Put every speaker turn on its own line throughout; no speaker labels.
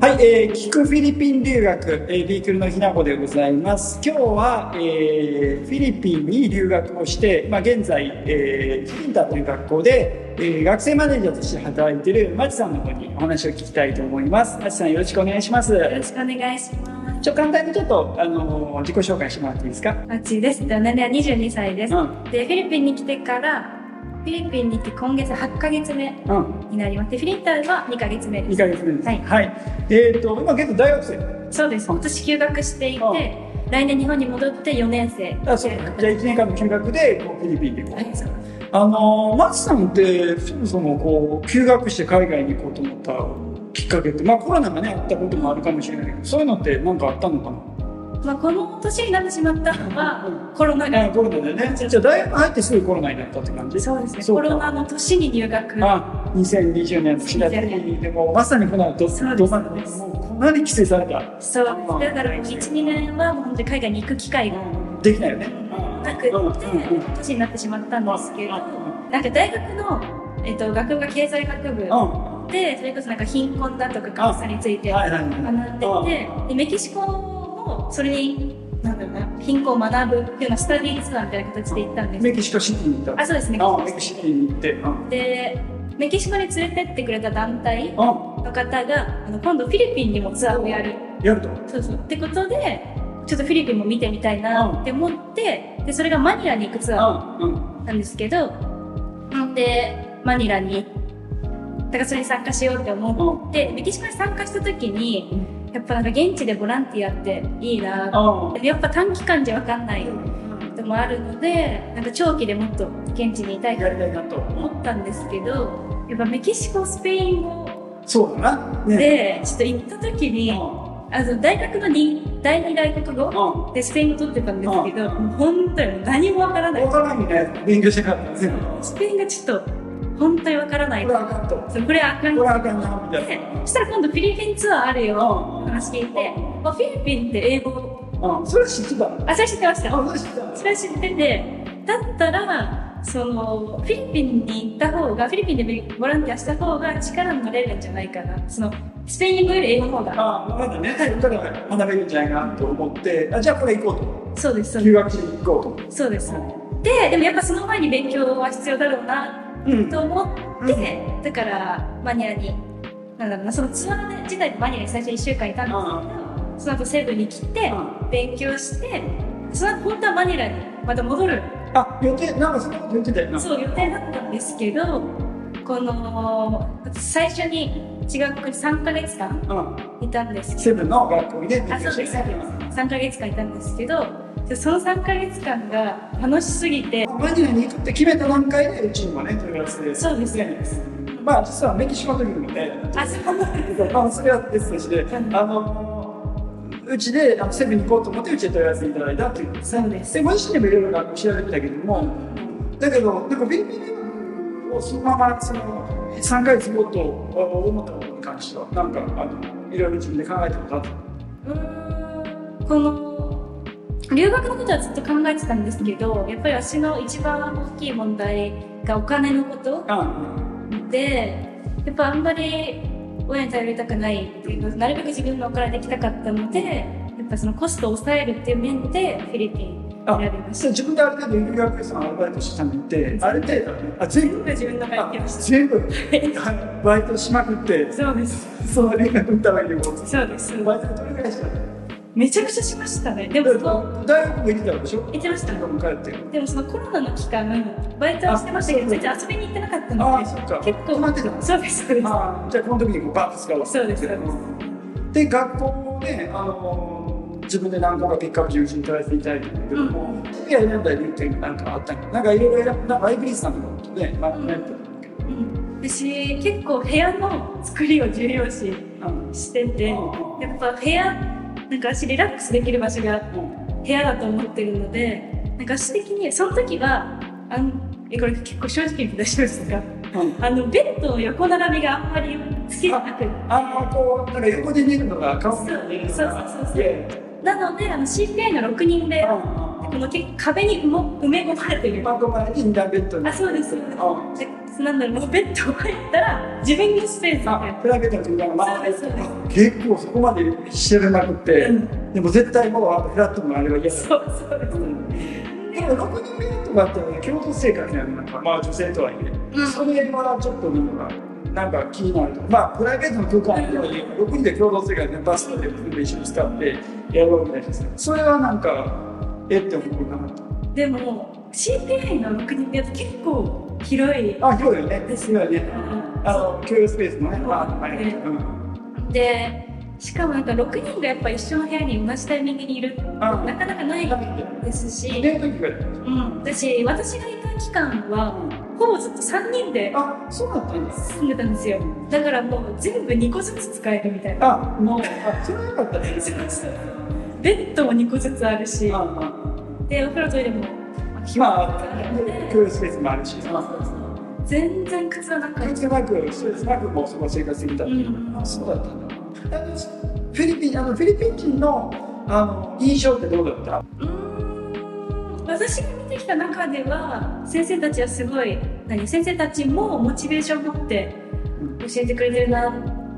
はい、えー、聞くフィリピン留学、えー、ビークルのひなこでございます。今日は、えー、フィリピンに留学をして、まあ、現在、えー、キリンタという学校で、えー、学生マネージャーとして働いているマチさんの方にお話を聞きたいと思います。マチさんよろしくお願いします。
よろしくお願いします。
ちょ簡単にちょっと、あのー自己紹介してもらっていいですか。
あっちです。年齢は22歳です。
うん、
で、フィリピンに来てから、フィリピンに来て今月8ヶ月目
うん、
になります。で、フィリピンは2ヶ月目で
二
す。
ヶ月目です。
はい
えっ、と、今現在大学生。
そうです。今年休学していて、来年日本に戻って4年生。
あ、そう。
は
じゃあ一年間の休学で、こうフィリピンでこう。
いそう
あのー、松さんってそもそもこう休学して海外に行こうと思ったきっかけって、まあ、コロナがねあったこともあるかもしれないけどそういうのって何かあったのか
まあ、この年になってしまったの
う
は、コロナ
な、
が。
あコロナでねじゃあ大学入ってすぐコロナになったって感じ
そうですね。
そう
コ
か
ロナの年に入学。
あ2020年の4月にでもまさにこのど
そうです
ど真ん
そうです
もうこんなに規制された
そう。だから、1、2年はもう本当に海外に行く機会が
できないよね
なくて、年になってしまったんですけど、なんか大学の、えっと学部が経済学部
うんは
でそれこそなんか貧困だとか格差につい
い
て
はい
学
は
んでてでメキシコもそれになんだろうな貧困を学ぶっていうのをスタディーツアーみたいな形で行ったん
い
です
メキシコシティに行った
あそうですね
あメキシコシティに行ってうん
でメキシコに連れてってくれた団体
あ
の方があの今度フィリピンにもツアーをやる
やると
そうそうってことでちょっとフィリピンも見てみたいなって思ってでそれがマニラに行くツアー
うんうん
なんですけど、で、マニラに、だからそれに参加しようって思って、メキシコに参加した時に、やっぱなんか現地でボランティアっていいな
あ
やっぱ短期間じゃわかんないこともあるので、なんか長期でもっと現地にいたい
や
と
りたいなと
思ったんですけど、やっぱメキシコ、スペイン語
そうだな。ね。
で、ちょっと行った時
う
に、
ん
あの、大学のに第二外国語
う
でスペイン語取ってたんですけど、
うん
本当に何もわからない
ん。わ。からんよね。勉強してなかったね。
スペインがちょっと本当にわからな
こ
い
れあかんと。
そうこれあかん
これあかんな、みたい
でそしたら今度フィリピンツアーある
な。
よ
う
話聞いて、まあ、フィリピンって英語
ん。うん。それは知ってたの。
あそれ知ってました
あ、それ知ってたの
それは知っててだったらそのフィリピンに行った方がフィリピンでボランティアした方が力になれるんじゃないかなそのスペイン語より英語の方が
あ、まだね。はい。だから学べるんじゃないかなと思って、あ、じゃあこれ行こ
そうです
うと。
そうで
留学しに行こうと。
すそうですででもやっぱその前に勉強は必要だろうな
うん。
と思って、だからマニラになんだろうなそのツアー自体でマニラに最初1週間いたんですけど、その後セブンに来て、勉強してその後本当はマニラにまた戻る
あ、予定、なんかそんなこと言ってたよな。
そう予定だったんですけどこの最初に違う国に3ヶ月間
うん。
いたんですけ
セブンの学校で
どあ
勉強
そう
して
です3ヶ月間いたんですけどその3ヶ月間が楽しすぎて
マニラに行くって決めた段階で、うちにもね、問い合わせで。
そうです
ね。まあ、実はメキシコの時にもね、
あそう
まあ、それは別として、あの、うちで、あの、セブンに行こうと思って、うちで問い合わせいただいたっていう。
そうです
で、ご自身でもいろいろ学校調べてたけども、だけど、なんか、ビリビリをそのまま、その、3ヶ月後と思ったことに関しては、なんか、あの、いろいろ自分で考えたことあった。
うーんこの留学のことはずっと考えてたんですけどやっぱり私の一番大きい問題がお金のこと
あ
でやっぱあんまり親に頼りたくないっていうのなるべく自分のお金できたかったのでやっぱそのコストを抑えるっていう面でフィリピン
あ
選びまし
そう自分である程度、留学生のアルバイトしてたのにって、ある程度、あ、全部
た自分のお金
あ
できまし
全部、バイトしまくって
た、そうです
そう、連絡打ったわけでも、
そうです
バイトでどれぐらいしたの
めちゃくちゃしましたねでもその
大学も行ってたでしょ
行ってました
大学も帰ってる
でもそのコロナの期間バイトはしてましたけど
あ
全然遊びに行ってなかった
あ
の
あ
で
そっか
結構
止まってたの
そうですそうです
ああじゃあこの時にこうバッと使うわ
そうですそうです
で学校もね、あのー自分で何個かピックアップ中心に取られていただいてるけども、いや選んだ理由ってなんかあったんかなんかいろいろ選ぶなんかライブリースさんのことね、まあ、
うん
悩んでたんだけど
うん私結構部屋の作りを重要視
あの
してて
う
や
ん
っぱ部屋なんか私リラックスできる場所が部屋だと思ってるのでなんか私的にその時はあのえこれ結構正直に出しましたが
うん
あのベッドの横並びがあんまり好きじゃなくて
あのこうなんか横で寝るのが顔見えるのが
そうそうそうそう
いやいや
なのであの CPI の6人で
うん
この結構壁に埋も埋め込まれてる
真ん中に二段ベッドに
あそうですそうです
うん
でなんだろう、もうベッド入ったら、自分のスペースみたい
あ
な。
プライベートの空間が
そう
回
で
っ
す
て
そうです
結構そこまでしてるなくって、
うん
でも絶対もうあのフラットもあれは嫌だ
そうそうです。
でも6人目とかって共同生活なのなんかまあ女性とはいえ、
うん
その辺はちょっとなんかなんか気になるとまあプライベートの空間ではいえ6人で共同生活でバスで全部一緒に使ってやろうみたいなそれはなんかえって思うかなと
でも、CPI の6人部屋って結構広い。
あ広いよねですよねあの共有スペースもね
そう
まああれ、
ね
うん
で、しかもなんか6人がやっぱ一緒の部屋に同じタイミングにいる、
あ
なかなかないです
入
し、
れる時ぐらい
うん、だし、私がいた期間は、ほぼずっと3人で
あそうだったんです
住んでたんですよ。だからもう全部2個ずつ使えるみたいな。
あもうあそれはよかったね
ベッドも2個ずつあるし
あ、あ
で、お風呂トイレも
ま
あ
あ共有スペースもあるし
全然靴の中
空
に。
気なく、ストレスなく、もうその生活できたっていう、
うん
あそうだったんだ。あのフィリピン、あのフィリピン人の、あの印象ってどうだっ。
うーん私が見てきた中では先生たちはすごい何先生たちもモチベーション持って教えてくれてるなっ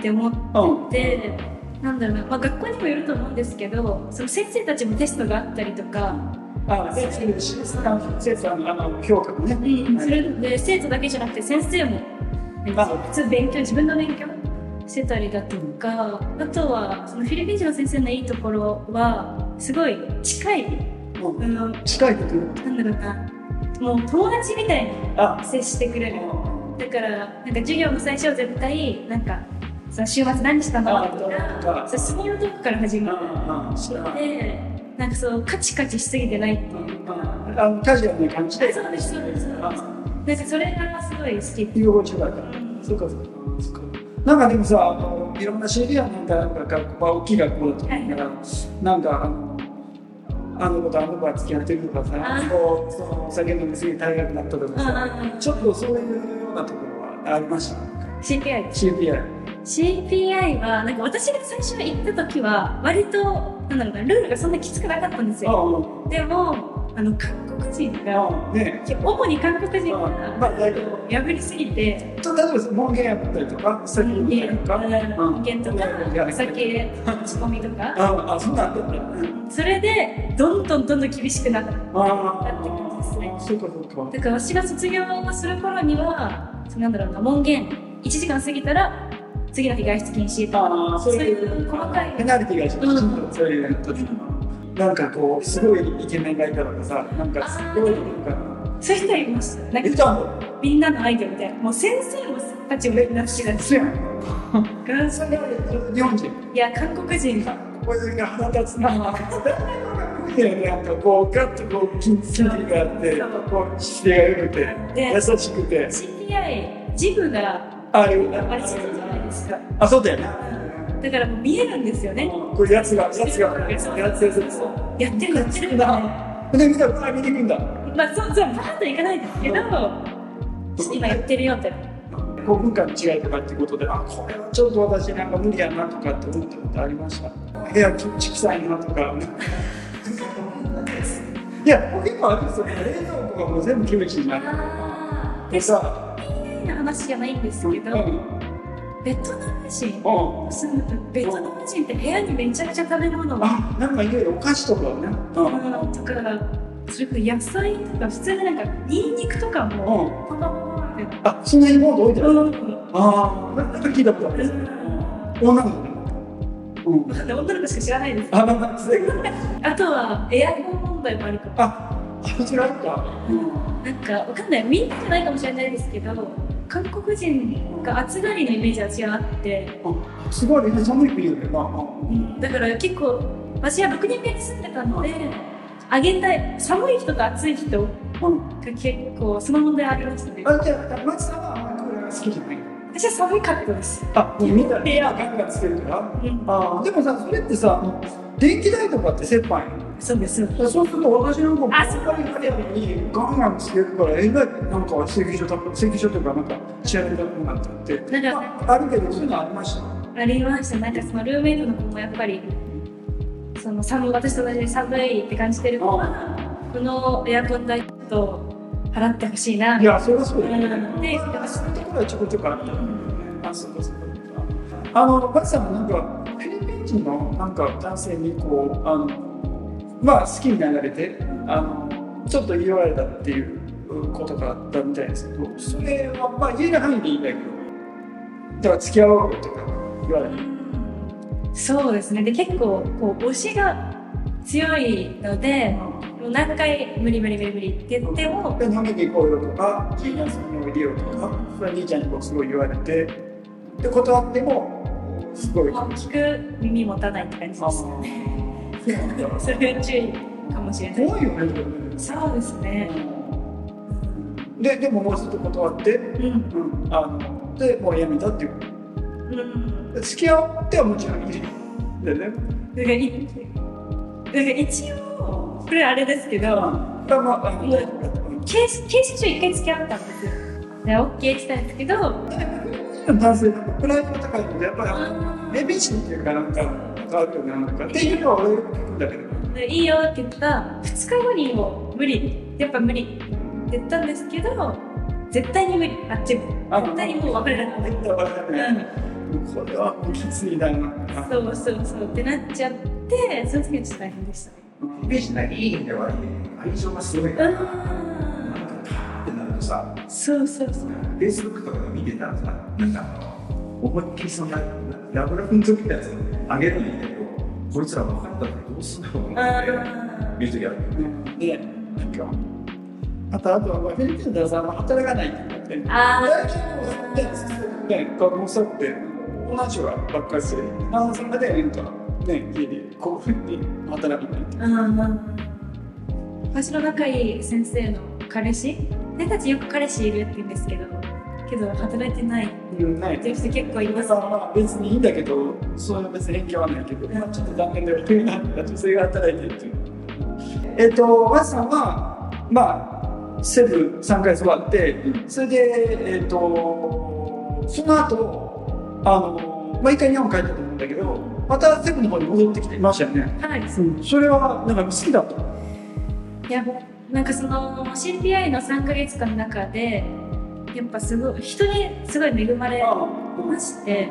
て思った
うん。
て、なんだろうな、まあ、学校にもよると思うんですけどその先生たちもテストがあったりとか、
あ、で、それで、しあの生徒さんの、あの評価もね。
うん、
は
す
い
るので生徒だけじゃなくて先生も
あ
普通勉強自分の勉強してたりだとかあとはそのフィリピン人の先生のいいところはすごい近い、
うん
うん、
近いこと言う
なんだろうな、もう友達みたいに
あ、
接してくれる。だから、なんか授業の最初は絶対、なんか、その週末何したの
あ
と
そうか
か、そうスモールトークから始
うん、
ま
うん、知ら
っ
ない。
て、なんかそう、カチカチしすぎてないって
う
い
ん
うか、
うんあの、カジュアルな感じで。
あそうですそうです
あ
なんかそれがすごい好き。
居心地が良かった。そうか、そうか、そうか。なんかでもさ、あの、いろんなシリアなんか、なんか学校、まあ、大きい学校だと思うから、なんか、あの。あの子とあの子が付き合ってるとかさ、
あー
こうそのお酒飲みすぎて大学になったとかさ、ちょっとそういうようなところはありました。
CPI。
CPI。
CPI は、なんか私が最初行った時は、割と、なんだろうな、ルールがそんなきつくなかったんです
あ
よ。でも、あの、韓国人が、
あ、あね。
主に韓国人が
あまあ大体
破りすぎて、
ちょっと例えば門限やったりとか、酒飲んだりとか。
人間と
うん
かお酒仕込みとか
あ、あ、そうなんだった。うん
それでどんどんどんどん厳しくなっ
あ
たなってくるんですね
あ、そうか、そうか。
だから私が卒業する頃にはそのなんだろうな門限1時間過ぎたら次の日外出禁止とか
ああ、
そういう細かい
ペナルティがきちんとそういうのとなんかこう、すごいイケメンがいたとかさ、なんかすごい、なんか、
そういう人いましたなん
え、
か
じゃあ、
みんなのアイドルみたいなもう先生もたちもみんな好きだし
そうやん。それは日本人。
いや韓国人が
これが腹立つな。なんかこう、ガッとこう、筋筋肉があって、こう、姿勢が良くて、優しくて。
CPI ジムが
あれ、
割りすぎじゃないですか
あ、そうだよね。
だからもう見えるんですよね
これやつが、やつが、やつが、やつが、
やってるやってるみたいな
な。で、見たら、見に行くんだ。
まあ、そう、そう、バーッといかないですけど、今言ってるよって。
こう文化の違いとかっていうことであこれはちょっと私なんか無理やなとかって思ったことありました部屋きっち臭いなとかいや僕今あれですよ冷蔵庫がもう全部キムチになる
ああ、
で
で、そう
さ
いう話じゃないんです
うんう
け
ん
ど、ベトナム人。
うん
住むと、ベトナム人って部屋にめちゃくちゃ食べ物が。
あなんかいろいろお菓子とかをねうんうん
とか、それこそ野菜とか、普通になんか、ニンニクとかも。パパパパって。
あそんなにボード置いてある
うん。
ああなんか聞いたことある女の子ねうん
なんで女の子しか知らないです。
あなんかすごい
あとは、エアコン問題もあるかも。
ああちらかうん
なんか、わかんない、みんなじゃないかもしれないですけど。韓国人が暑がりのイメージは私はあって。
あすごいね寒い国だよなうん
うんだから結構私は6人目に住んでたのであげたい寒い人と暑い人が
うん
結構その問題ありましたね
あじゃあ、松さんはあんまりクーラーが好きじゃない
私は寒かったです、
あ、もう見たら部屋ガンガンつけるから。
うん、
あーでもさ、それってさ、電気代とかって折半やん
そうです
だからそうすると私なんかも
あそう
ばっかりなのにガンガンつけるから、えらいなんか請求書とか、請求書とかなんか調べたくなっちゃって。
なんか
まあ、あるけど、そういうのありました。
ありましたなんかそのルームメイトの子もやっぱりその寒い私と同じで寒いって感じてる子はこのエアコン代と払ってほしいなみ
い
たい
や、それはそうだよね。
うんで
まあそういうところはちょこちょこあったよねあ、そうかそうか。あの、バチさんもなんか、フィリピン人のなんか男性にこう、あの、まあ好きになられて、あの、ちょっと言い寄られたっていうことがあったみたいですけど、それはまあ言える範囲でいいんだけど、だから付き合おうよとか言われ
な、
て。
そうですねで結構こう推しが強いのでもう何回無理無理無理無理って言っても
で飲みに行こうよとか、じいちゃんそこにおいでよとか、それは兄ちゃんにこうすごい言われて、で、断っても、すごい
まあ聞く耳持たないって感じですそれは注意かもしれない
怖いよね、でもね
そうですね
で、でももうちょっと断って、
うん
うん、あの、で、もうやめたっていう。
うん
で付き合ってはもちろんいい。でね。
だからいだから一応これあれですけ
だ
ど、
からまあ、あの、うん
警視警視庁一回付き合ったんですよ。で、OK って言ったんですけど、
男性なんかプライドが高いので、やっぱり、
あ
レビシっていうか、なんか、変わるよね、なんか。っていうのは俺が聞くんだけど。
ーでいいよって言ったら、2日後にもう無理、やっぱ無理って言ったんですけど、絶対に無理、あっちも。
あ
絶対にもう別れられない。
絶対別れられない。これはもうきついな。
うん、そうそうそうってなっちゃって、その時はちょっと大変でしたね。
イメージないい意味ではいい愛情がすごいからなん
あ
かパーってなるとさ
ーそうそうそう。
フェイスブックとかで見てたらさなんかあの思いっきりそのララブラブの時ってやつをあげるんだけどこいつら分かったらどうすんだろう
あ
なって
ー
見る時ある
で、なんか、あと、あとは、まあフィリピンの旦那さんは働かないって言って、
あ
大体もう、ね、学校さって、同じはばっかりして、旦那さんがね、なんか、ね、家で、こういうふうに働かないって。
ーうん私の仲いい先生の彼氏私たちよく彼氏いるって言うんですけどけど働いてない
うん、ない
っていう人結構います
さんは別にいいんだけど、それは別に影響はないけど、まあ、ちょっと残念だよというのは、女性が働いてるっていう。えっと、和さんは、まあ、セブ3回座って、それで、えっと、その後、あの、まあ、一回日本帰ったと思うんだけど、またセブの方に戻ってきていましたよね。
はい
それは、なんか好きだと。
いやなんかその CPI の3ヶ月間の中でやっぱすごい人にすごい恵まれまして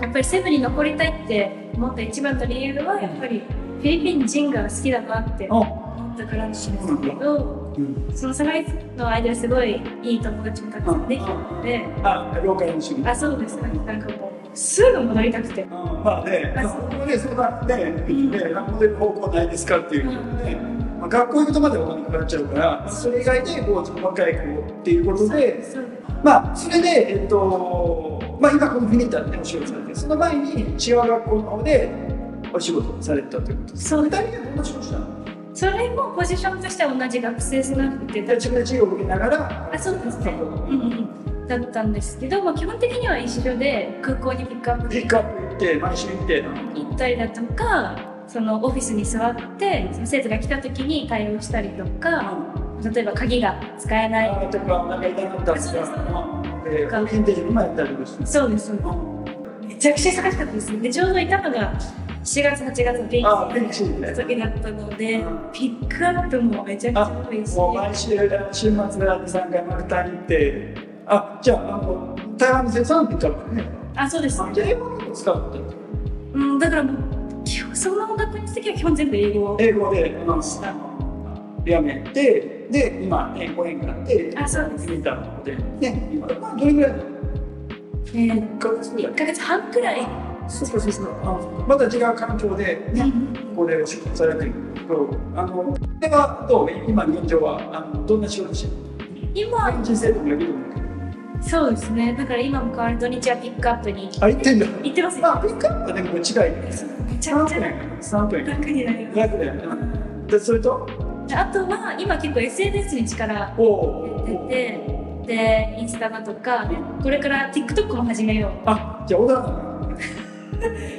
やっぱりセブンに残りたいって思った一番の理由はやっぱりフィリピン人が好きだなって思
あ、
ったからなんですけど
うん。
その3ヶ月の間ですごいいい友達もたくさんできたので
あ、ローカルの趣味。
あそうですねなんかもうすぐ戻りたくて
まあね、
あ
そこで相談で、ね、学校で方向ないですかっていうことで、まあ、学校行くとまでお金かかっちゃうから、それ以外でこうちょっと若い子っていうことで、
そう
まあ、それで、えっと、まあ、今このフィニッターでお仕事されて、その前に違う学校の方でお仕事されてたということです。
そう
二人でどんな仕事したの
それもポジションとしては同じ学生スナックっていう
自分で授業を受けながら、
あそうですね、うんうん、だったんですけど、まあ、基本的には一緒で空港にピックアップ
ピッ
に
クアップ行って、毎週行って、
行ったりだとかそのオフィスに座ってその生徒が来た時に対応したりとか例えば鍵が使えない
とか、お腹痛かったと
そうです
か、で、コミュニケーションもやったりとかして。
そうですそうで
うん
すめちゃくちゃ忙しかったですねでちょうどいたのが4月8月のピ
あ
ー
ペンシル
ク
ね
の時だったので
うん
ピックアップもめちゃくちゃ多いし
もう毎週週末だって3回マクタに行ってあじゃああの台湾の生産って言ったらね
あそうですね
じゃあ英語を使うって
うんだからもう基本その学校に行った時は基本全部英語
英語であのやめてで今英語演歌で
あそうです
見たのでね今まあどれぐらいの
え
1
ー
ヶ月ぐら
1
い
ヶ月半くらい
そうそうそうそうあまた違う環境でねここで仕事されてるけどあのではどう今現状はあのどんな仕事してる
今
の人生ともよるんだけど
そうですねだから今も変わる土日はピックアップに
あ行ってんだ
行ってますよ、
まあピックアップはでも違いです
めちゃ
3
くちゃ
分3分
楽になりま
楽だよねでそれと
すあとは今結構 SNS に力
お
入れ
お
ててでインスタだとかこれから TikTok も始めよ
あじゃあ小田な
う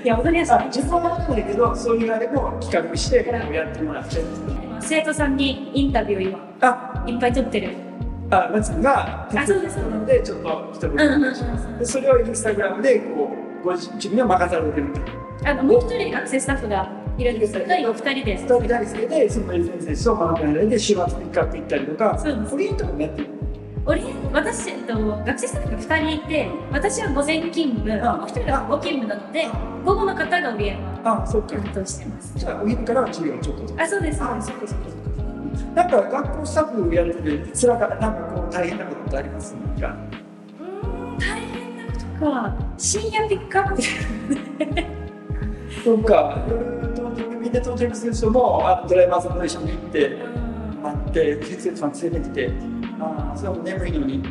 いや踊りやすい
あ自分はやらないけどそういうあれも企画してやってもらって
今生徒さんにインタビューを
あ
今いっぱい撮ってる
あ松さんが
あそうですそうです
なのでちょっと一
うんうんう
言
ん
でそれをインスタグラムでこうご自身には任されてるみたいな
あのもう一人学生スタッフがいるんですけど、今二人で。
二人でつけて、そのエリザベス選手とマークナレで週末ピックアップ行ったりとか
そうで、す
フリーとかもやってる。
オリエン私、えっと、学生スタッフが2人いて、私は午前勤務、
あ
もう1人が午後勤務なので、午後の方がオリエンは
あ、そっか。
担当してます。
じゃあ、お昼からは授業ちょっと。
あ、そうです。
あ、そっかそっかそっか。なんか学校スタッフやるてて、辛かなんかこう大変なことってありますなんか。
うーん、大変なことか、深夜ピックアップ。
そうか、夜トーティング、みんなトーティングする人も、あドライバーさんと一緒に行って、待って、先生さん連れてきて、ああ、それはもう眠いのに、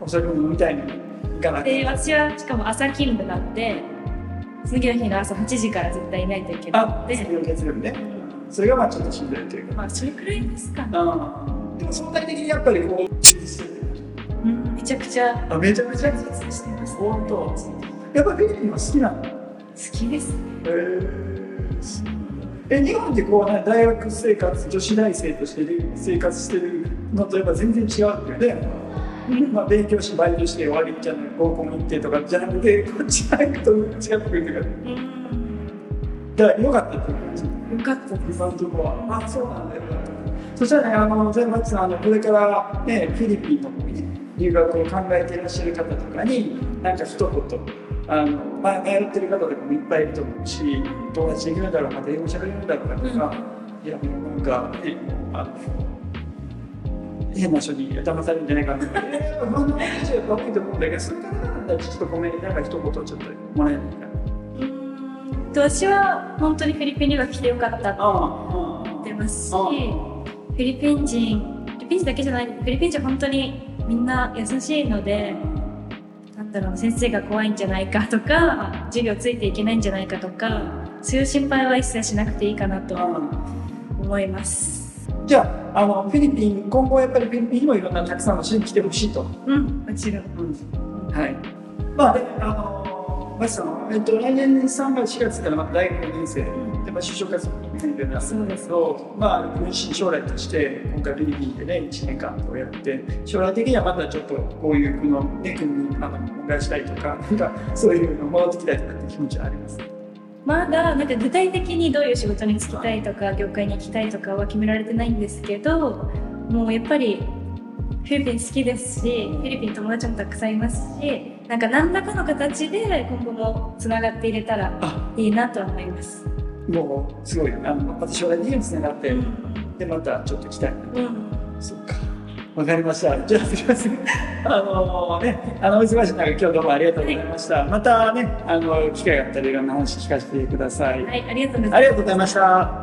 お酒も飲みたいのに、行かなく
で、
て。
私はしかも朝勤務なので、次の日の朝8時から絶対いないといけない
あ
の、
月
で、
曜月曜日ね。それがまあちょっとしんどいというか。
まあ、それくらいですかね。
ああでも相対的にやっぱりこう、充実してる。
うんめちゃくちゃ
あ、めちゃめちゃ
充実してます。好
本当。やっぱフィリピンは好きなの。
きです。
え日本でこう、ね、大学生活女子大生としてで生活してるのとやっぱ全然違うんだよね、まあ、勉強しバイトして終わりじゃない合コン行ってとかじゃなくてこっち入ると違ってくるとか
うん、
だからよかったっていう感じ
よかったです。
今のところはあそうなんだよかったそしたらねあの全松さんあのこれから、ね、フィリピンの方に、ね、留学を考えていらっしゃる方とかになんか一言あのまあ迷ってる方とかもいっぱいいると思うし友達できるんだろうか英語しゃべれるんだろうかとか、いやもうなんかねあの変な人に騙されるんじゃないかなとかえー不安な感じは悪いと思うんだけどそういう方なんだちょっとごめんなんか一言ちょっともらえないか
うーんと私は本当にフィリピン留学来てよかったと
あ
思ってますし、
ああ
フィリピン人、フィリピン人だけじゃない、フィリピン人本当にみんな優しいので、なんだろう、先生が怖いんじゃないかとか、授業ついていけないんじゃないかとか、そういう心配は一切しなくていいかなとは
あ
思います。
じゃああのフィリピン今後やっぱりフィリピンにもいろんなたくさんの人に来てほしいと、
うん、もちろん。
はいまあであのマシさんはえっと来年3月4月からまあ大学4年生で、まあ、就職活動に入るようになるんですけどまあ分身将来として今回フィリピンでね1年間をやって将来的にはまたちょっとこういうこのね国にあの恩返したいとかなんかそういうの戻ってきたいとかって気持ちはあります
まだなんか具体的にどういう仕事に就きたいとか業界に行きたいとかは決められてないんですけどもうやっぱりフィリピン好きですしフィリピン友達もたくさんいますしなんか何らかの形で今後もつながっていれたら
あ
いいなとは思います。
もうすごいあのまた将来的にもつながって、でまたちょっと来たいな
うん
そっか。わかりました。じゃあすみません。 あのね、あのお忙しい中今日どうもありがとうございました。またね、あの機会があったらいろんな話聞かせてください。
はい、ありがとうございます
ありがとうございました。